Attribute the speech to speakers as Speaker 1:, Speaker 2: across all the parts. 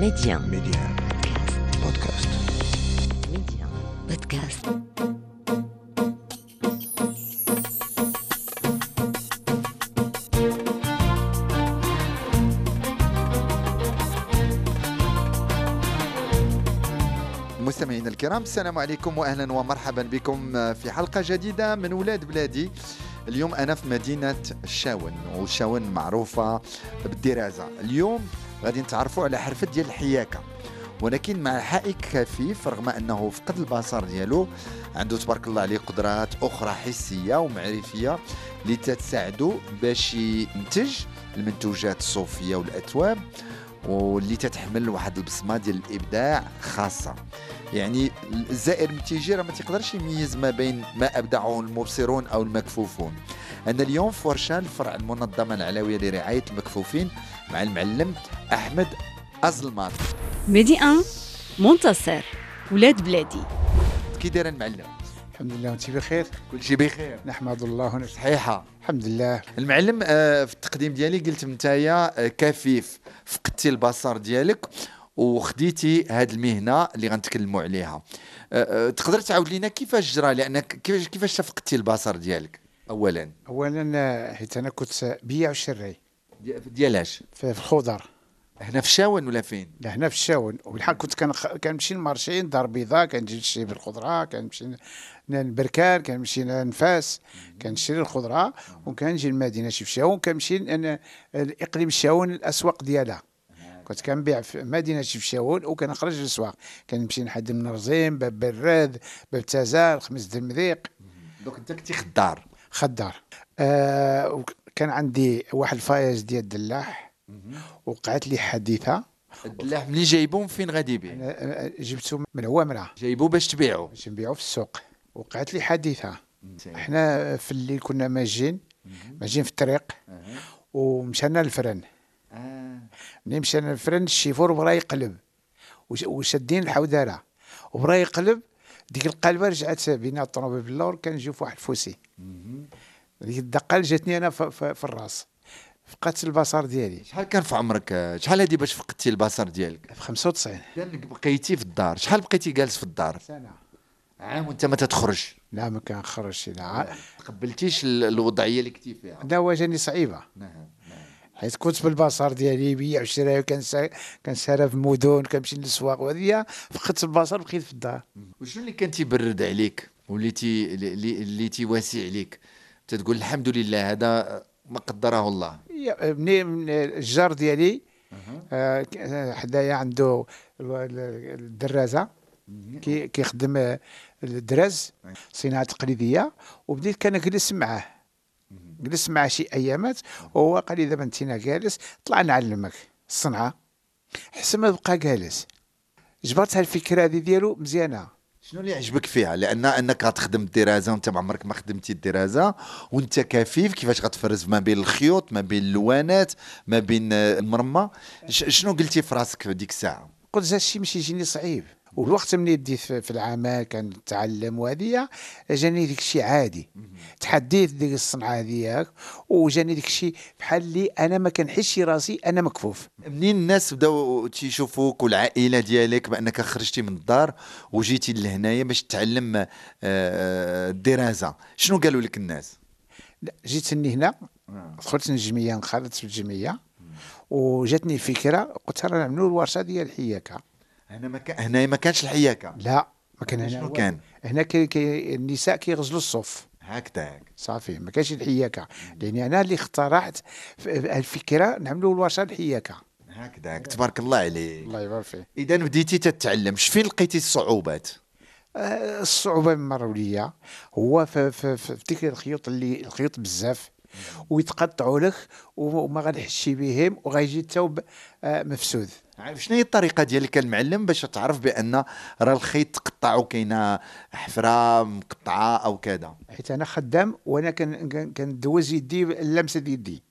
Speaker 1: Médien.
Speaker 2: Média. Podcast.
Speaker 1: Médien. Podcast.
Speaker 2: مستمعينا الكرام السلام عليكم واهلا ومرحبا بكم في حلقه جديده من ولاد بلادي اليوم انا في مدينه الشاون والشاون معروفه بالدرازه اليوم غادي نتعرفوا على حرفه ديال الحياكه ولكن مع حائك خفيف رغم انه فقد البصر ديالو عنده تبارك الله عليه قدرات اخرى حسيه ومعرفيه اللي تساعده باش ينتج المنتوجات الصوفيه والاثواب واللي تتحمل واحد البصمه ديال الابداع خاصه يعني الزائر من تيجي راه ما تيقدرش يميز ما بين ما ابدعه المبصرون او المكفوفون انا اليوم في ورشان فرع المنظمه العلويه لرعايه المكفوفين مع المعلم احمد ازلمات
Speaker 3: ميدي ان منتصر ولاد بلادي
Speaker 2: كي داير المعلم
Speaker 4: الحمد لله وانت بخير
Speaker 2: كلشي بخير
Speaker 4: نحمد الله ونس
Speaker 2: صحيحه
Speaker 4: الحمد لله
Speaker 2: المعلم آه، في التقديم ديالي قلت نتايا آه، كفيف فقدتي البصر ديالك وخديتي هاد المهنه اللي غنتكلموا عليها آه، آه، تقدر تعاود لينا كيفاش جرى لانك كيفاش كيفاش فقدتي البصر ديالك اولا
Speaker 4: اولا آه، حيت انا كنت بيع وشري
Speaker 2: دي- ديالاش
Speaker 4: في في الخضر
Speaker 2: هنا في شاون ولا فين
Speaker 4: هنا في الشاون والحال كنت كنخ- كنمشي للمارشي دار بيضاء كنجي نشري بالخضره كنمشي ن- للبركان كنمشي لنفاس كنشري الخضره وكنجي للمدينه شي في الشاون كنمشي انا الاقليم الشاون الاسواق ديالها كنت كنبيع في مدينه شي في الشاون وكنخرج للسواق كنمشي لحد من الرزيم باب براد باب تازال خمس دمذيق
Speaker 2: دوك انت كنتي خدار
Speaker 4: خدار آه وك- كان عندي واحد الفايز ديال الدلاح وقعت لي حادثه
Speaker 2: الدلاح ملي جايبوه فين غادي
Speaker 4: أنا-
Speaker 2: يبيع
Speaker 4: أنا جبته آه، من عوامره
Speaker 2: جايبوه باش تبيعو
Speaker 4: باش نبيعو في السوق وقعت لي حادثه
Speaker 2: طيب.
Speaker 4: احنا في الليل كنا ماجين ماجين في الطريق ومشينا للفرن
Speaker 2: آه.
Speaker 4: ملي مشينا للفرن الشيفور بغا يقلب وش- وشادين الحودره وبغا يقلب ديك القلبه رجعت بينا الطوموبيل باللور كنجيو في واحد الفوسي ديك الدقه اللي جاتني انا في, في, في الراس فقدت البصر ديالي
Speaker 2: شحال كان في عمرك آه، شحال هادي باش فقدتي البصر ديالك
Speaker 4: في 95
Speaker 2: كانك بقيتي في الدار شحال بقيتي جالس في الدار
Speaker 4: سنه
Speaker 2: عام وانت ما تتخرج
Speaker 4: لا ما كنخرجش لا
Speaker 2: تقبلتيش ال- الوضعيه اللي كنتي فيها
Speaker 4: لا واجهني صعيبه
Speaker 2: نعم نعم.
Speaker 4: حيت كنت بالبصر ديالي بيع وشرا كنسا- كنسارى في المدن كنمشي للسواق وهذه فقدت البصر بقيت في الدار
Speaker 2: وشنو اللي كان تيبرد عليك وليتي اللي اللي تيواسي عليك تتقول الحمد لله هذا آه، ما قدره الله
Speaker 4: يا- مني من الجار ديالي آه، ك- آه، حدايا عنده ال- ال- الدرازه كي كيخدم آه، الدراز صناعه تقليديه وبديت كان جلس معاه جلس معاه شي ايامات وهو قال لي دابا انت هنا جالس طلع نعلمك الصنعه حسن ما بقى جالس جبرت هالفكره هذه ديالو مزيانه
Speaker 2: شنو اللي عجبك فيها لان انك غتخدم الدراسه وانت ما عمرك ما خدمتي الدراسه وانت كفيف كيفاش غتفرز ما بين الخيوط ما بين اللوانات ما بين آه، المرمى ش- شنو قلتي في راسك في ديك الساعه
Speaker 4: قلت هذا الشيء ماشي يجيني صعيب والوقت ملي بديت في في العمل كنتعلم وهذه جاني ديك الشيء عادي تحديت ديك الصنعه هذيك وجاني ديك الشيء بحال اللي انا ما كنحسش راسي انا مكفوف
Speaker 2: منين الناس بداو تيشوفوك والعائله ديالك بانك خرجتي من الدار وجيتي لهنايا باش تعلم آه، آه، الدراسه شنو قالوا لك الناس
Speaker 4: لا، جيت اني هنا دخلت للجمعيه انخرطت في الجمعيه وجاتني فكره قلت راه نعملوا الورشه ديال الحياكه
Speaker 2: هنا ما كان هنايا ما كانش الحياكه
Speaker 4: لا ما كان هنا
Speaker 2: شنو
Speaker 4: والو.
Speaker 2: كان؟
Speaker 4: هنا كي... كي... النساء كيغزلوا الصف
Speaker 2: هكذاك
Speaker 4: صافي ما كانش الحياكه لاني انا اللي اخترعت ف- الفكره نعملوا الورشه الحياكه
Speaker 2: هكذاك تبارك الله عليك
Speaker 4: الله يبارك فيه
Speaker 2: اذا بديتي تتعلم شفين لقيتي الصعوبات
Speaker 4: آه، الصعوبه من مره وليا هو في, في, في في ديك الخيوط اللي الخيوط بزاف ويتقطعوا لك وما وما غنحسش بهم وغيجي الثوب آه، مفسود
Speaker 2: عارف شنو هي الطريقه ديالك كالمعلم باش تعرف بان راه الخيط تقطع وكاينه حفره مقطعه او كذا
Speaker 4: حيت انا خدام وانا كن- كن- كندوز يدي اللمسه ديال يدي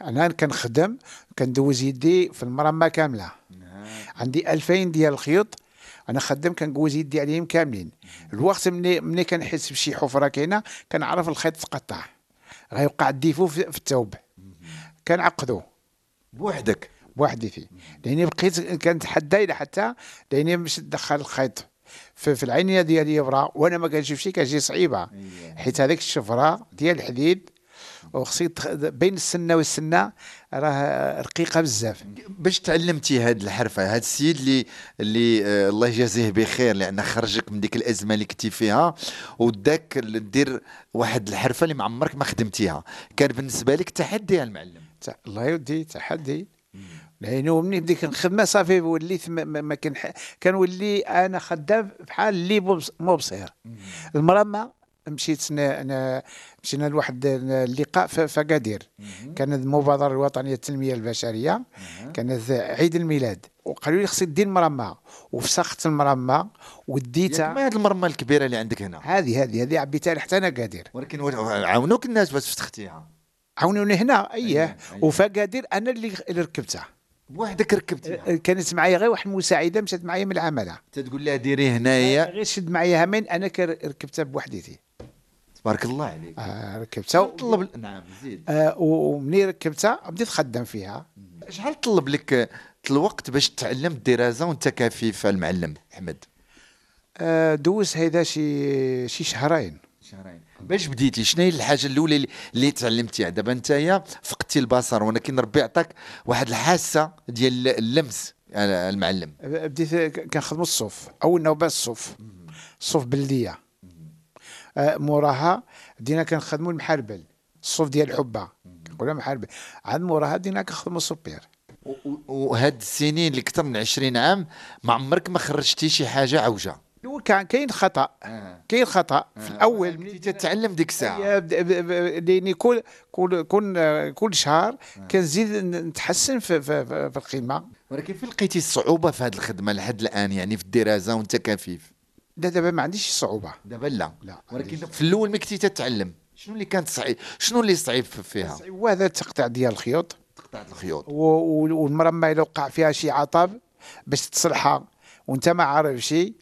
Speaker 4: انا كنخدم كندوز يدي في المرمى كامله نعم. عندي 2000 ديال الخيوط انا خدام كندوز يدي عليهم كاملين الوقت ملي ملي كنحس بشي حفره كاينه كنعرف الخيط تقطع غيوقع الديفو في في الثوب كنعقدو
Speaker 2: بوحدك
Speaker 4: بوحدتي لاني بقيت كنتحدى الى حتى لاني باش ندخل الخيط في, في العينيه ديال اليمرى وانا ما كنشوفش كتجي صعيبه
Speaker 2: أييه.
Speaker 4: حيت هذيك الشفره ديال الحديد وخصي تخ- بين السنه والسنه راه رقيقه بزاف
Speaker 2: باش تعلمتي هاد الحرفه هاد السيد اللي اللي آه، الله يجازيه بخير لان خرجك من ديك الازمه اللي كنتي فيها وداك اللي دير واحد الحرفه اللي ما عمرك ما خدمتيها كان بالنسبه لك تحدي يا المعلم
Speaker 4: تع- الله يودي تحدي لانه مني بديك الخدمه صافي وليت ما, ما, ما كنح... كنولي انا خدام بحال اللي مبص- مبصر المره ما مشيت نا- انا مشينا لواحد اللقاء في في اكادير كانت المبادره الوطنيه للتنميه البشريه كانت عيد الميلاد وقالوا لي خصك دير مرمى وفسخت المرمى وديتها
Speaker 2: ما هاد المرمى الكبيره اللي عندك هنا
Speaker 4: هذه هذه هذه عبيتها لحتى انا قادر
Speaker 2: ولكن ول- عاونوك الناس باش فتحتيها
Speaker 4: عاونوني هنا
Speaker 2: أييه،
Speaker 4: اييه
Speaker 2: أييه.
Speaker 4: وفقادير انا اللي اللي ركبتها
Speaker 2: بوحدك ركبتيها
Speaker 4: أه، كانت معايا غير واحد المساعده مشات معايا من العمله
Speaker 2: تتقول لها ديري هنايا
Speaker 4: غير شد معايا همين انا كر- ركبتها بوحديتي
Speaker 2: تبارك الله عليك
Speaker 4: آه ركبتها
Speaker 2: طلب نعم زيد
Speaker 4: آه و- ومني ركبتها بديت خدام فيها
Speaker 2: شحال طلب لك آه، الوقت باش تعلم الدراسه وانت كفيف المعلم احمد
Speaker 4: آه دوز هيدا شي شي شهرين
Speaker 2: شهرين باش بديتي شنو هي الحاجه الاولى اللي- اللي تعلمتيها دابا نتايا فقدتي البصر ولكن ربي عطاك واحد الحاسه ديال اللمس آه، المعلم
Speaker 4: آه، بديت ك- كنخدم الصوف اول نوبه الصوف الصوف بلديه آه موراها بدينا كنخدموا المحربل الصوف ديال الحبه كنقولها محربل عاد موراها بدينا كنخدموا الصبير
Speaker 2: و- و- وهاد السنين اللي اكثر من 20 عام ما عمرك ما خرجتي شي حاجه عوجه
Speaker 4: الأول كان كاين خطا
Speaker 2: آه.
Speaker 4: كاين خطا في الاول
Speaker 2: اول بديتي تتعلم ديك الساعه
Speaker 4: يا بد- ب- ب- لاني كل كل كل كل شهر كنزيد ن- نتحسن في, في, في في القيمه
Speaker 2: ولكن فين لقيتي الصعوبه في هاد الخدمه لحد الان يعني في الدراسه وانت كفيف
Speaker 4: لا دابا ما عنديش صعوبه
Speaker 2: دابا لا
Speaker 4: لا،
Speaker 2: ولكن في الاول ما كنتي تتعلم شنو اللي كانت صعيب شنو اللي صعيب فيها
Speaker 4: وهذا التقطيع ديال الخيوط
Speaker 2: قطعت الخيوط
Speaker 4: و- و- والمرمى الا وقع فيها شي عطب باش تصلحها وانت ما عارف شي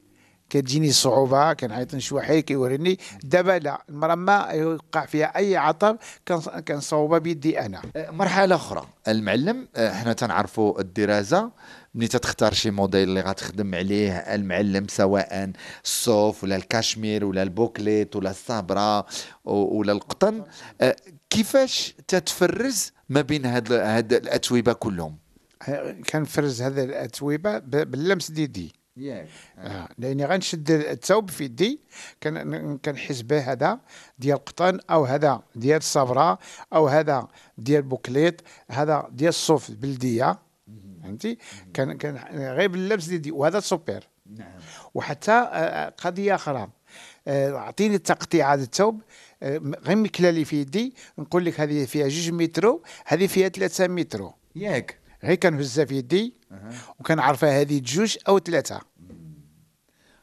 Speaker 4: كتجيني صعوبه كنعيط لشي واحد كيوريني دابا لا المرمى يوقع فيها اي عطب كنص- كنصوبها بيدي انا
Speaker 2: مرحله اخرى المعلم آه، احنا تنعرفوا الدراسه ملي تتختار شي موديل اللي غتخدم عليه المعلم سواء الصوف ولا الكشمير ولا البوكليت ولا الصبره و- ولا القطن آه، كيفاش تتفرز ما بين هاد ال- هاد الاثوبه كلهم
Speaker 4: كنفرز هذا الاثوبه ب- باللمس ديدي
Speaker 2: ياك
Speaker 4: آه. لاني غنشد الثوب في يدي كن- كنحس به هذا ديال القطن او هذا ديال الصبره او هذا ديال بوكليت هذا ديال الصوف البلديه فهمتي كان كان غير باللبس ديالي وهذا سوبر
Speaker 2: نعم
Speaker 4: وحتى آه، آه، قضيه اخرى آه، اعطيني التقطيع هذا الثوب آه، م- غير مكلالي في يدي نقول لك هذه فيها جوج مترو هذه فيها ثلاثة مترو
Speaker 2: ياك
Speaker 4: غير كنهزها في يدي وكنعرفها هذه جوج او ثلاثه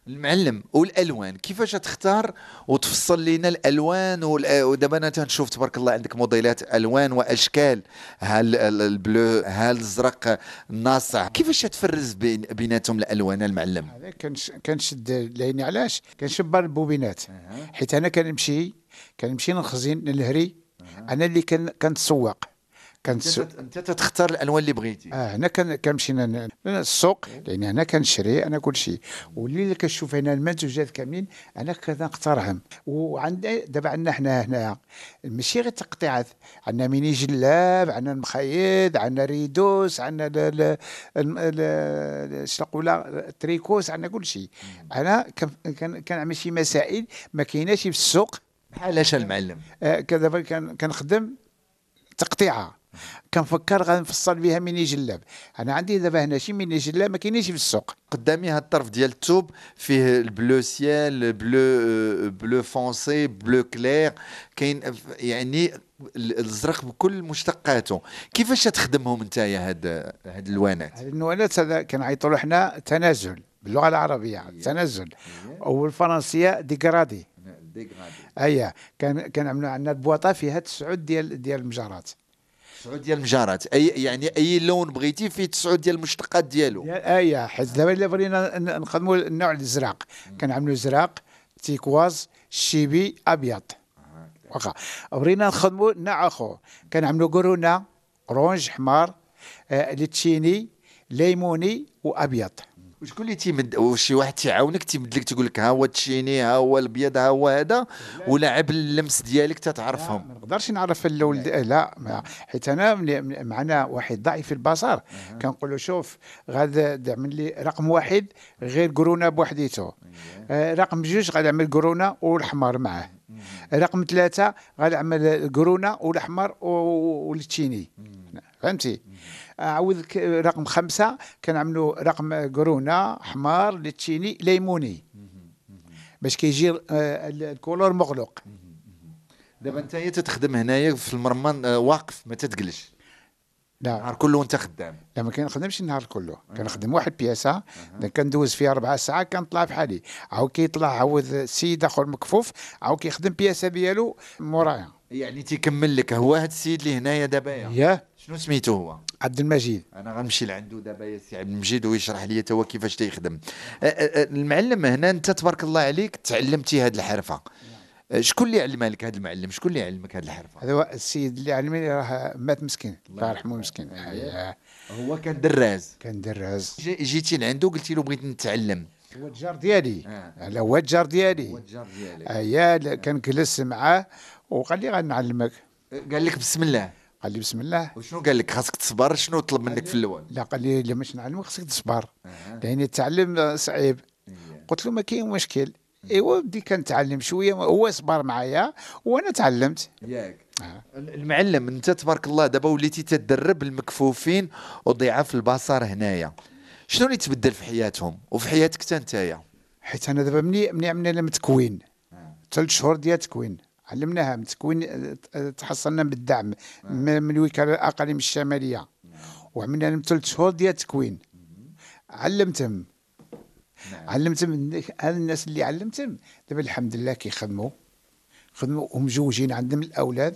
Speaker 2: المعلم والالوان كيفاش تختار وتفصل لنا الالوان والأ- ودابا انا تنشوف تبارك الله عندك موديلات الوان واشكال هل ال- البلو هل الازرق الناصع كيفاش تفرز بين بيناتهم الالوان المعلم
Speaker 4: هذا كنش كنشد لاني علاش كنشبر البوبينات حيت انا كنمشي كنمشي نخزن نلهري انا اللي كن كنتسوق
Speaker 2: انت
Speaker 4: كنتسوق
Speaker 2: تت- انت تختار الالوان اللي بغيتي
Speaker 4: آه هنا كن- كنمشي ن- ن- للسوق لان هنا كنشري انا كل شيء واللي اللي كنشوف هنا المنتوجات كاملين انا كنختارهم وعندنا دابا عندنا حنا هنا ماشي غير تقطيعات عندنا ميني جلاب عندنا المخيط عندنا ريدوس عندنا ال- ال- الم- ال- ال- شنو نقولها التريكوس عندنا كل شيء انا كن- كن- كنعمل شي مسائل ما كايناش في السوق
Speaker 2: بحال اش المعلم
Speaker 4: آه، كدابا كان كنخدم تقطيعه كنفكر غنفصل بها ميني جلاب انا عندي دابا هنا شي ميني جلاب ما كاينينش في السوق
Speaker 2: قدامي هاد الطرف ديال الثوب فيه البلو سيال بلو بلو فونسي بلو كلير كاين ف- يعني ال- الازرق بكل مشتقاته كيفاش تخدمهم نتايا هاد هاد الوانات
Speaker 4: هاد النوالات هذا كنعيطوا له حنا تنازل باللغه العربيه تنازل والفرنسيه ديكرادي اييه كان كنعملوا عندنا البواطه فيها تسعود ديال ديال المجرات
Speaker 2: تسعود ديال المجرات اي يعني اي لون بغيتي فيه تسعود ديال المشتقات ديالو
Speaker 4: يا ايه حيت دابا الا بغينا ن- نخدموا النوع الازرق كنعملوا ازرق تيكواز شيبي ابيض واخا بغينا نخدموا نوع اخر كنعملوا قرونه اورانج حمار آه، لتشيني ليموني وابيض
Speaker 2: وشكون اللي تيمد وشي واحد تيعاونك تيمد لك تقول لك ها هو التشيني ها هو الابيض ها هو هذا ولا عبر اللمس ديالك تتعرفهم
Speaker 4: ما نقدرش نعرف الولد لا ما- حيت انا من- من- معنا واحد ضعيف في البصر كنقول له شوف غادا د- عمل لي رقم واحد غير قرونه بوحديته آه، رقم جوج غادي نعمل قرونه والاحمر معاه رقم ثلاثه غادي نعمل قرونه والاحمر و- و- والتشيني فهمتي عاودك رقم خمسه كنعملوا رقم قرونه حمار للتشيني ليموني باش كيجي آه، ال- الكولور مغلق
Speaker 2: دابا انت تخدم هنايا في المرمان آه، واقف ما تتقلش
Speaker 4: لا
Speaker 2: النهار كله وانت خدام
Speaker 4: لا ما كنخدمش النهار كله كنخدم واحد بياسه كندوز فيها ربع ساعه كنطلع بحالي عاود كيطلع عاود سيد اخر مكفوف عاود كيخدم بياسه ديالو مورايا
Speaker 2: يعني تيكمل لك هو هذا السيد اللي هنايا دابا يا.
Speaker 4: ياه
Speaker 2: شنو سميتو هو
Speaker 4: عبد المجيد
Speaker 2: انا غنمشي لعندو دابا يا سي عبد المجيد ويشرح لي هو كيفاش تيخدم آه، آه، آه، المعلم هنا انت تبارك الله عليك تعلمتي هذه الحرفه آه، شكون اللي علمها لك هذا المعلم شكون اللي علمك هذه الحرفه
Speaker 4: هذا هو السيد اللي علمني راه مات مسكين
Speaker 2: الله
Speaker 4: الله يرحمه مسكين آه،
Speaker 2: هو كان دراز
Speaker 4: كان دراز
Speaker 2: جي- جيتي لعندو قلتي له بغيت نتعلم
Speaker 4: هو الجار ديالي
Speaker 2: آه.
Speaker 4: لا هو الجار
Speaker 2: هو
Speaker 4: ديالي
Speaker 2: الجار ديالك
Speaker 4: ايا لا، كنجلس معاه وقال لي غنعلمك
Speaker 2: قال لك بسم الله
Speaker 4: قال لي بسم الله
Speaker 2: وشنو قال لك خاصك تصبر شنو طلب منك في الاول
Speaker 4: لا قال لي لا مش نعلمك خصك تصبر لان التعلم صعيب قلت له ما كاين مشكل ايوا بدي كنتعلم شويه هو صبر معايا وانا تعلمت
Speaker 2: ياك
Speaker 4: آه.
Speaker 2: المعلم انت تبارك الله دابا وليتي تدرب المكفوفين وضعاف البصر هنايا شنو اللي تبدل في حياتهم وفي حياتك حتى نتايا
Speaker 4: حيت انا دابا مني مني عملنا لهم تكوين ثلاث شهور ديال تكوين علمناها من تكوين آه، آه، تحصلنا بالدعم من من الوكاله الاقاليم الشماليه وعملنا لهم ثلاث شهور ديال تكوين علمتهم علمتهم هاد الناس اللي علمتهم دابا الحمد لله كيخدموا خدموا ومزوجين عندهم الاولاد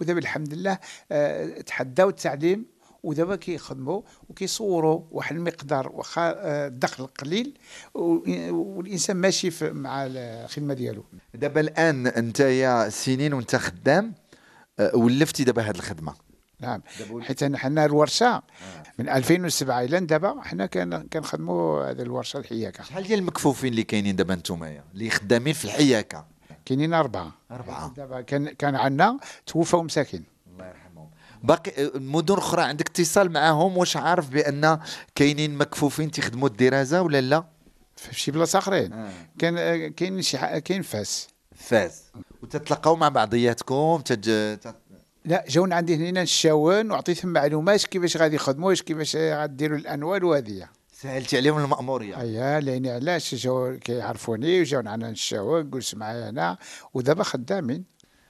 Speaker 4: ودابا الحمد لله آه، تحداو التعليم ودابا كيخدموا وكيصوروا واحد المقدار واخا آه، الدخل قليل و- والانسان ماشي في- مع الخدمه ديالو
Speaker 2: دابا الان نتايا سنين وانت خدام اه، ولفتي دابا هذه الخدمه
Speaker 4: نعم حيت أنا- حنا
Speaker 2: آه.
Speaker 4: الورشه من 2007 الى دابا حنا كان- كنخدموا هذه الورشه الحياكه
Speaker 2: شحال ديال المكفوفين اللي كاينين دابا نتوما اللي خدامين في الحياكه
Speaker 4: كاينين اربعه
Speaker 2: أربعة.
Speaker 4: دابا كان كان عندنا توفوا مساكين
Speaker 2: الله يرحمهم باقي اه، مدن اخرى عندك اتصال معاهم واش عارف بان كاينين مكفوفين تيخدموا الدراسه ولا لا
Speaker 4: في شي بلاصه اخرين
Speaker 2: آه.
Speaker 4: كان آه، كاين شي ح- كاين فاس
Speaker 2: فاز وتتلاقاو مع بعضياتكم تج... تت...
Speaker 4: لا جاون عندي هنا الشاون وعطيتهم معلومات كيفاش غادي يخدموا إيش كيفاش غاديروا الانوال وهذه
Speaker 2: سهلتي عليهم المأمورية
Speaker 4: ايا لان علاش جاو كيعرفوني وجاون عندنا الشاون جلس معايا هنا ودابا خدامين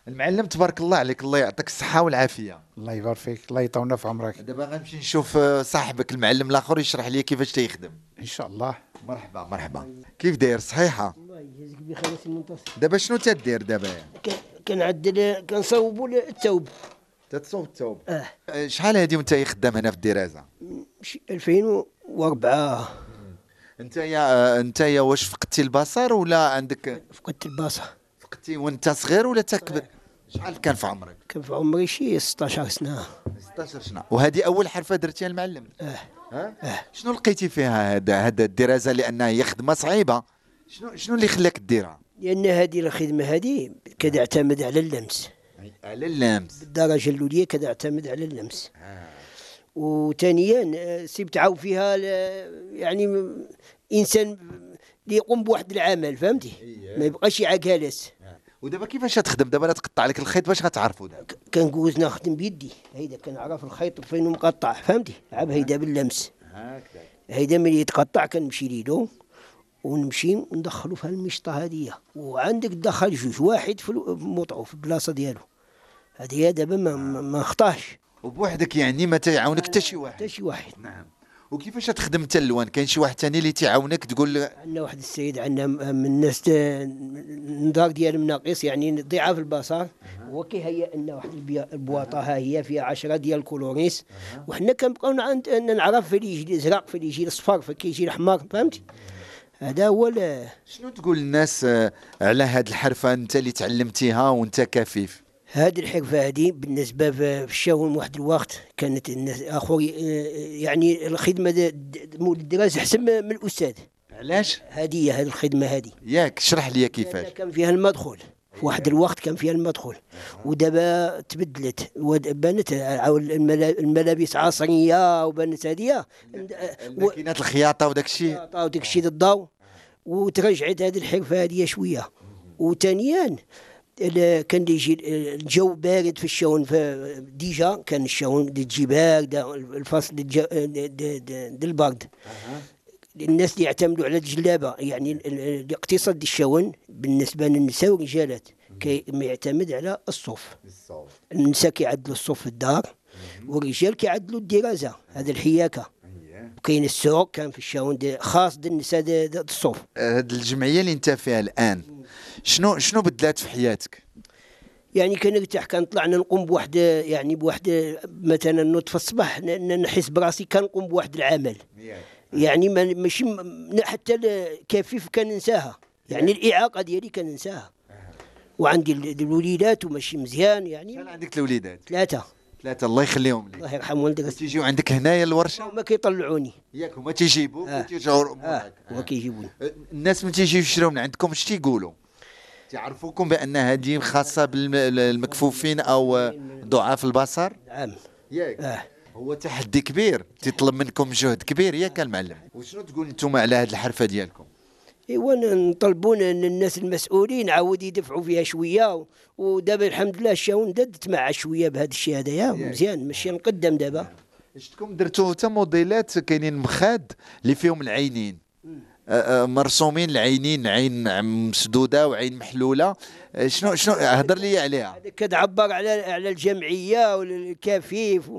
Speaker 2: المعلم تبارك الله عليك الله يعطيك الصحة والعافية
Speaker 4: الله يبارك فيك الله يطولنا في عمرك
Speaker 2: دابا غنمشي نشوف آه، صاحبك المعلم الآخر يشرح لي كيفاش تيخدم
Speaker 4: ان شاء الله
Speaker 2: مرحبا مرحبا كيف داير صحيحة
Speaker 5: الله يجزيك بخير سي منتصر
Speaker 2: دابا شنو تدير دابا يعني؟
Speaker 5: ك- كنعدل كنصوبوا التوب
Speaker 2: تتصوب التوب
Speaker 5: اه
Speaker 2: آه، شحال هادي وانت خدام هنا في الدراسة
Speaker 5: شي 2004
Speaker 2: انت يا آه، انت يا واش فقدتي البصر ولا عندك
Speaker 5: فقدت الباصه
Speaker 2: فقدتي وانت صغير ولا تكبر شحال كان في عمرك
Speaker 5: كان في عمري شي 16 سنه
Speaker 2: 16 سنه وهذه اول حرفه درتيها المعلم
Speaker 5: اه
Speaker 2: ها؟ شنو لقيتي فيها هذا هذا الدراسه لانها هي خدمه صعيبه شنو شنو اللي خلاك ديرها
Speaker 5: لان هذه الخدمه هذه كتعتمد على اللمس
Speaker 2: على اللمس
Speaker 5: بالدرجه الاوليه كتعتمد على اللمس وثانيا آه، سيبتعاو فيها ل- يعني م- انسان اللي يقوم بواحد العمل فهمتي ما يبقاش عكالس
Speaker 2: ودابا كيفاش تخدم دابا لا تقطع لك الخيط باش غتعرفوا دابا
Speaker 5: ك- كنقوز نخدم بيدي هيدا كنعرف الخيط فين مقطع فهمتي عاب هيدا باللمس
Speaker 2: هكذا
Speaker 5: هيدا ملي يتقطع كنمشي ليدو ونمشي ندخلو في المشطة هادية وعندك تدخل جوج واحد في الو- في موطعو في البلاصة ديالو هادي هي دابا ما, ما, ما خطاش
Speaker 2: وبوحدك يعني ما تيعاونك حتى شي
Speaker 5: حتى
Speaker 2: واحد
Speaker 5: شي واحد
Speaker 2: نعم وكيفاش تخدم حتى اللوان كاين شي واحد ثاني اللي تيعاونك تقول له-
Speaker 5: عندنا واحد السيد عندنا م- من الناس تا- النظر ديالهم ناقص يعني ضعاف البصر هو كيهيئ لنا واحد البي- البواطه ها هي فيها 10 ديال الكولوريس وحنا كنبقاو نعند أن نعرف فين يجي الازرق فين يجي الاصفر فين كيجي الاحمر فهمتي هذا هو ال-
Speaker 2: شنو تقول للناس آه، على هاد الحرفه انت اللي تعلمتيها وانت كفيف
Speaker 5: هذه الحرفه هذه بالنسبه في الشاون واحد الوقت كانت الناس اخو ي- يعني الخدمه د- د- مول الدراسه احسن من من الاستاذ
Speaker 2: علاش
Speaker 5: هذه هي هذه الخدمه هذه
Speaker 2: ياك شرح لي
Speaker 5: لأن
Speaker 2: كيفاش
Speaker 5: كان فيها المدخل في واحد الوقت كان فيها المدخل ودابا تبدلت ود- بانت عاو الملا- الملابس عصريه وبانت هذه و-
Speaker 2: الماكينات الخياطه وداك الشيء
Speaker 5: عطاو داك الشيء الضوء وترجعت هذه الحرفه هذه شويه وثانيا ال- كان اللي يجي ال- الجو بارد في الشاون في ديجا كان الشاون تجي بارده الفصل الج- د- د- د- د البرد الناس اللي يعتمدوا على الجلابه يعني ال- ال- الاقتصاد الشاون بالنسبه للنساء والرجالات كي يعتمد على الصوف النساء كيعدلوا الصوف في الدار والرجال كيعدلوا الدراسه هذا الحياكه كاين السوق كان في الشاون دي- خاص للنساء دي- دي- الصوف
Speaker 2: آه، هاد الجمعيه اللي انت فيها الان شنو شنو بدلات في حياتك
Speaker 5: يعني كنرتاح كنطلعنا نقوم بواحد يعني بواحد مثلا نوض في الصباح ن- ن- نحس براسي كنقوم بواحد العمل يعني ما- ماشي م- ن- حتى ال- كفيف كننساها يعني الاعاقه ديالي كننساها وعندي ال- الوليدات وماشي مزيان
Speaker 2: كان
Speaker 5: يعني
Speaker 2: عندك الوليدات
Speaker 5: ثلاثه
Speaker 2: ثلاثه الله يخليهم لك
Speaker 5: الله يرحم والدك
Speaker 2: تيجيو عندك هنايا الورشه
Speaker 5: هما كيطلعوني
Speaker 2: ياك هما تيجيبوك
Speaker 5: آه.
Speaker 2: وتيرجعوا
Speaker 5: اه
Speaker 2: آه.
Speaker 5: هو كيجيبوني
Speaker 2: الناس من تيجيو يشريو من عندكم اش تيقولوا تعرفوكم بان هذه خاصه بالمكفوفين او ضعاف البصر
Speaker 5: عام
Speaker 2: ياك
Speaker 5: آه.
Speaker 2: هو تحدي كبير تطلب منكم جهد كبير ياك المعلم وشنو تقول انتم على هذه الحرفه ديالكم
Speaker 5: ايوا نطلبون ان الناس المسؤولين عاود يدفعوا فيها شويه و- ودابا الحمد لله الشاون دادت مع شويه بهذا الشيء هذايا مزيان ماشي نقدم دابا
Speaker 2: شتكم درتو حتى موديلات كاينين مخاد اللي فيهم العينين آه، آه، مرسومين العينين عين مسدوده وعين محلوله آه، شنو شنو هضر لي عليها
Speaker 5: هذاك كتعبر على على الجمعيه والكفيف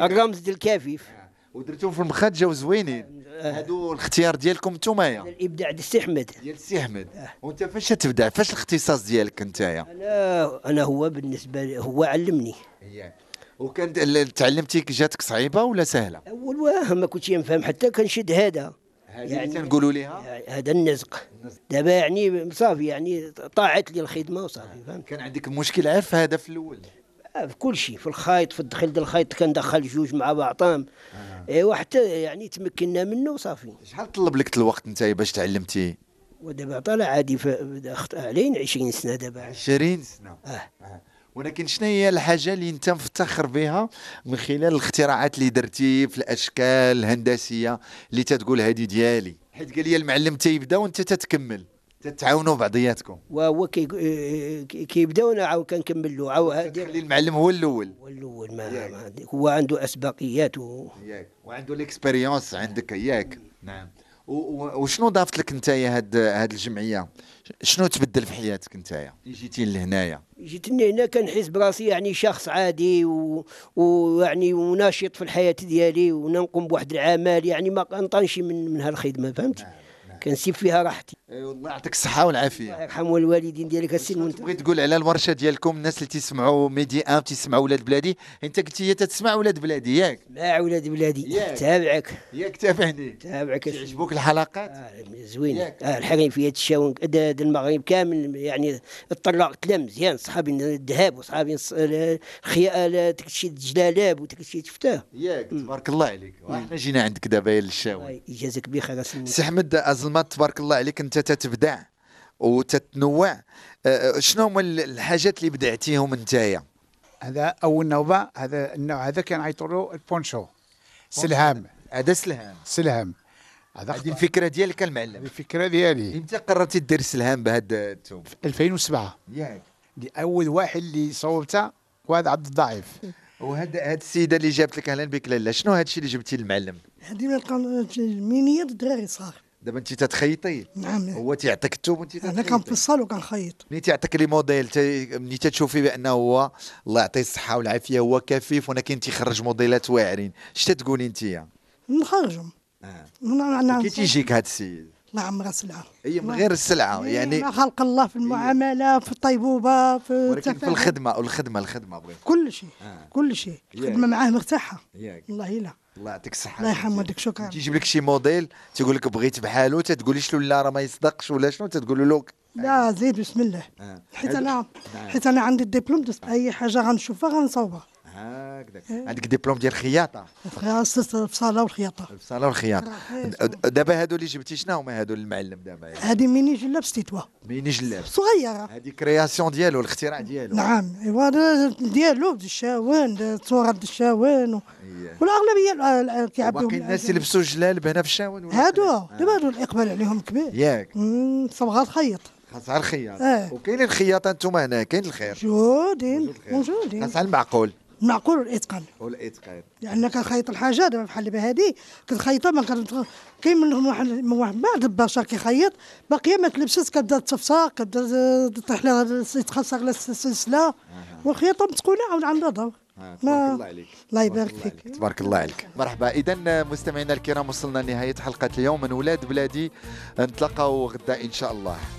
Speaker 5: الرمز ديال الكفيف
Speaker 2: ودرتوهم في المخاد جاو زوينين هادو الاختيار ديالكم نتوما
Speaker 5: الابداع ديال السي احمد
Speaker 2: ديال سي احمد وانت فاش تبدا فاش الاختصاص ديالك نتايا
Speaker 5: انا انا هو بالنسبه لي هو علمني
Speaker 2: وكانت ال- تعلمتي جاتك صعيبه ولا سهله
Speaker 5: اول واه ما كنتش نفهم حتى كنشد هذا
Speaker 2: هذه اللي يعني تنقولوا ليها
Speaker 5: هذا النزق دابا يعني صافي يعني طاعت لي الخدمه وصافي فهمت
Speaker 2: كان عندك مشكل عارف هذا في الاول
Speaker 5: آه، في كل شيء في الخيط في الدخل ديال الخيط كندخل جوج مع بعضهم ايوا حتى يعني تمكنا منه وصافي
Speaker 2: شحال طلب لك الوقت نتايا باش تعلمتي
Speaker 5: ودابا طلع عادي ف- أخت- علينا 20 سنه دابا
Speaker 2: 20 سنه
Speaker 5: اه
Speaker 2: آه. ولكن شنو هي الحاجه اللي انت مفتخر بها من خلال الاختراعات اللي درتي في الاشكال الهندسيه اللي تتقول هذه ديالي حيت قال لي المعلم تيبدا وانت تتكمل تتعاونوا بعضياتكم
Speaker 5: وهو كي- آه، كي- كيبداو انا عاود كنكمل له عاود
Speaker 2: آه،
Speaker 5: هادي-
Speaker 2: تخلي المعلم هو الاول
Speaker 5: هو الاول ما ما عندي. هو عنده اسبقيات و...
Speaker 2: ياك وعنده الاكسبيريونس عندك ياك نعم و- و- وشنو ضافت لك نتايا هاد هاد الجمعيه شنو تبدل في حياتك نتايا جيتي لهنايا
Speaker 5: جيتني هنا كنحس براسي يعني شخص عادي و- ويعني وناشط في الحياه ديالي ونقوم بواحد العمل يعني ما كنطنش من من هالخدمه فهمت كنسيب فيها راحتي
Speaker 2: إيه والله يعطيك الصحه والعافيه
Speaker 5: الله يرحم الوالدين ديالك السي
Speaker 2: شنو
Speaker 5: المنتخب
Speaker 2: تبغي تقول على الورشه ديالكم الناس اللي تيسمعوا ميدي اب تيسمعوا ولاد بلادي انت قلت هي تتسمع ولاد بلادي ياك
Speaker 5: مع ولاد بلادي
Speaker 2: ياك.
Speaker 5: تابعك
Speaker 2: ياك تابعني
Speaker 5: تابعك السي-
Speaker 2: تعجبوك الحلقات
Speaker 5: آه زوين
Speaker 2: ياك.
Speaker 5: آه الحريفية الشاون دا- دا المغرب كامل يعني الطلاق تلا مزيان صحابي الذهب وصحابي الص- ال- الخيا ال- داك الشيء الجلالاب وداك الشيء شفتاه
Speaker 2: ياك تبارك الله عليك وحنا جينا عندك دابا يا للشاوي
Speaker 5: الله يجازيك بخير السي المنتخب.
Speaker 2: سي احمد ازلمات تبارك الله عليك انت تتبدع وتتنوع أه، أه، شنو هما ال- الحاجات اللي بدعتيهم نتايا
Speaker 4: هذا اول نوبه هذا النوع هذا كنعيطوا له البونشو سلهام
Speaker 2: هذا سلهام
Speaker 4: سلهام هذا
Speaker 2: هذه
Speaker 4: خطأ.
Speaker 2: الفكره ديالك المعلم
Speaker 4: الفكره ديالي
Speaker 2: امتى قررتي دير سلهام بهذا الثوم
Speaker 4: 2007
Speaker 2: ياك
Speaker 4: اللي اول واحد اللي صوبته وهذا عبد الضعيف
Speaker 2: وهاد هاد السيده اللي جابت لك اهلا بك لاله شنو هاد الشيء اللي جبتي للمعلم
Speaker 6: هذه ما تقال- مينية الدراري صغار
Speaker 2: دابا انت تتخيطي
Speaker 6: نعم
Speaker 2: هو تيعطيك الثوب وانت
Speaker 6: انا كنفصل وكنخيط
Speaker 2: ملي تيعطيك لي موديل تي... ملي تتشوفي بانه هو الله يعطيه الصحه والعافيه هو كفيف ولكن تيخرج موديلات واعرين اش تتقولي انت يا
Speaker 6: نخرجهم
Speaker 2: آه.
Speaker 6: انا انا
Speaker 2: كي تيجيك هاد السيد
Speaker 6: الله عمرها سلعه
Speaker 2: هي من غير السلعه
Speaker 6: إيه،
Speaker 2: يعني
Speaker 6: ما خلق الله في المعامله في الطيبوبه في
Speaker 2: ولكن في
Speaker 6: التفاهم،
Speaker 2: الخدمه والخدمه الخدمه بغيت
Speaker 6: كل شيء
Speaker 2: آه.
Speaker 6: كل شيء
Speaker 2: ياك.
Speaker 6: الخدمه معاه مرتاحه
Speaker 2: ياك
Speaker 6: والله لا
Speaker 2: الله يعطيك الصحه
Speaker 6: الله يرحم والديك شكرا
Speaker 2: تيجيب لك شي موديل تيقول لك بغيت بحاله تتقوليش له لا راه ما يصدقش ولا شنو تتقول له
Speaker 6: لا زيد بسم الله
Speaker 2: آه.
Speaker 6: حيت
Speaker 2: هاد-
Speaker 6: انا
Speaker 2: نعم. آه.
Speaker 6: حيت انا عندي الدبلوم دوز اي حاجه غنشوفها غنصاوبها
Speaker 2: هكذاك عندك دبلوم ديال الخياطه
Speaker 6: خاص البصاله والخياطه
Speaker 2: البصاله والخياطه
Speaker 6: راه خير.
Speaker 2: د- دابا هادو اللي جبتي شنو هما هادو المعلم دابا
Speaker 6: هذه ميني جلاب ستيتوا
Speaker 2: ميني جلاب
Speaker 6: صغيره
Speaker 2: هادي كرياسيون ديالو الاختراع ديالو
Speaker 6: نعم ايوا هذا ديالو الشاون الصوره د الشاون و-
Speaker 2: إيه.
Speaker 6: والاغلبيه ال- ال- كيعبيو
Speaker 2: وباقي
Speaker 6: من
Speaker 2: الناس
Speaker 6: الأجانب.
Speaker 2: يلبسوا جلالب هنا في الشاون ولا
Speaker 6: نعم. هادو
Speaker 2: آه.
Speaker 6: دابا هادو الاقبال عليهم كبير
Speaker 2: ياك
Speaker 6: مم، صبغه الخيط
Speaker 2: خاصها الخياط
Speaker 6: آه.
Speaker 2: وكاين الخياطه انتم هنا كاين الخير
Speaker 6: موجودين
Speaker 2: الخير.
Speaker 6: موجودين
Speaker 2: خاصها المعقول
Speaker 6: معقول الاتقان
Speaker 2: والاتقان
Speaker 6: لان كنخيط الحاجه دابا بحال دابا هادي كتخيطها ما كنت كاين منهم واحد من واحد من بعد البشر كيخيط باقيه ما تلبسش كتبدا تفصا كتبدا تطيح لها تتخلص على السلسله والخياطه متقونه عاود عندها ظهر
Speaker 2: آه، تبارك
Speaker 6: ما-
Speaker 2: الله عليك
Speaker 6: الله
Speaker 2: تبارك
Speaker 6: يبارك
Speaker 2: الله
Speaker 6: فيك
Speaker 2: عليك، تبارك الله عليك مرحبا اذا مستمعينا الكرام وصلنا لنهايه حلقه اليوم من ولاد بلادي نتلاقاو غدا ان شاء الله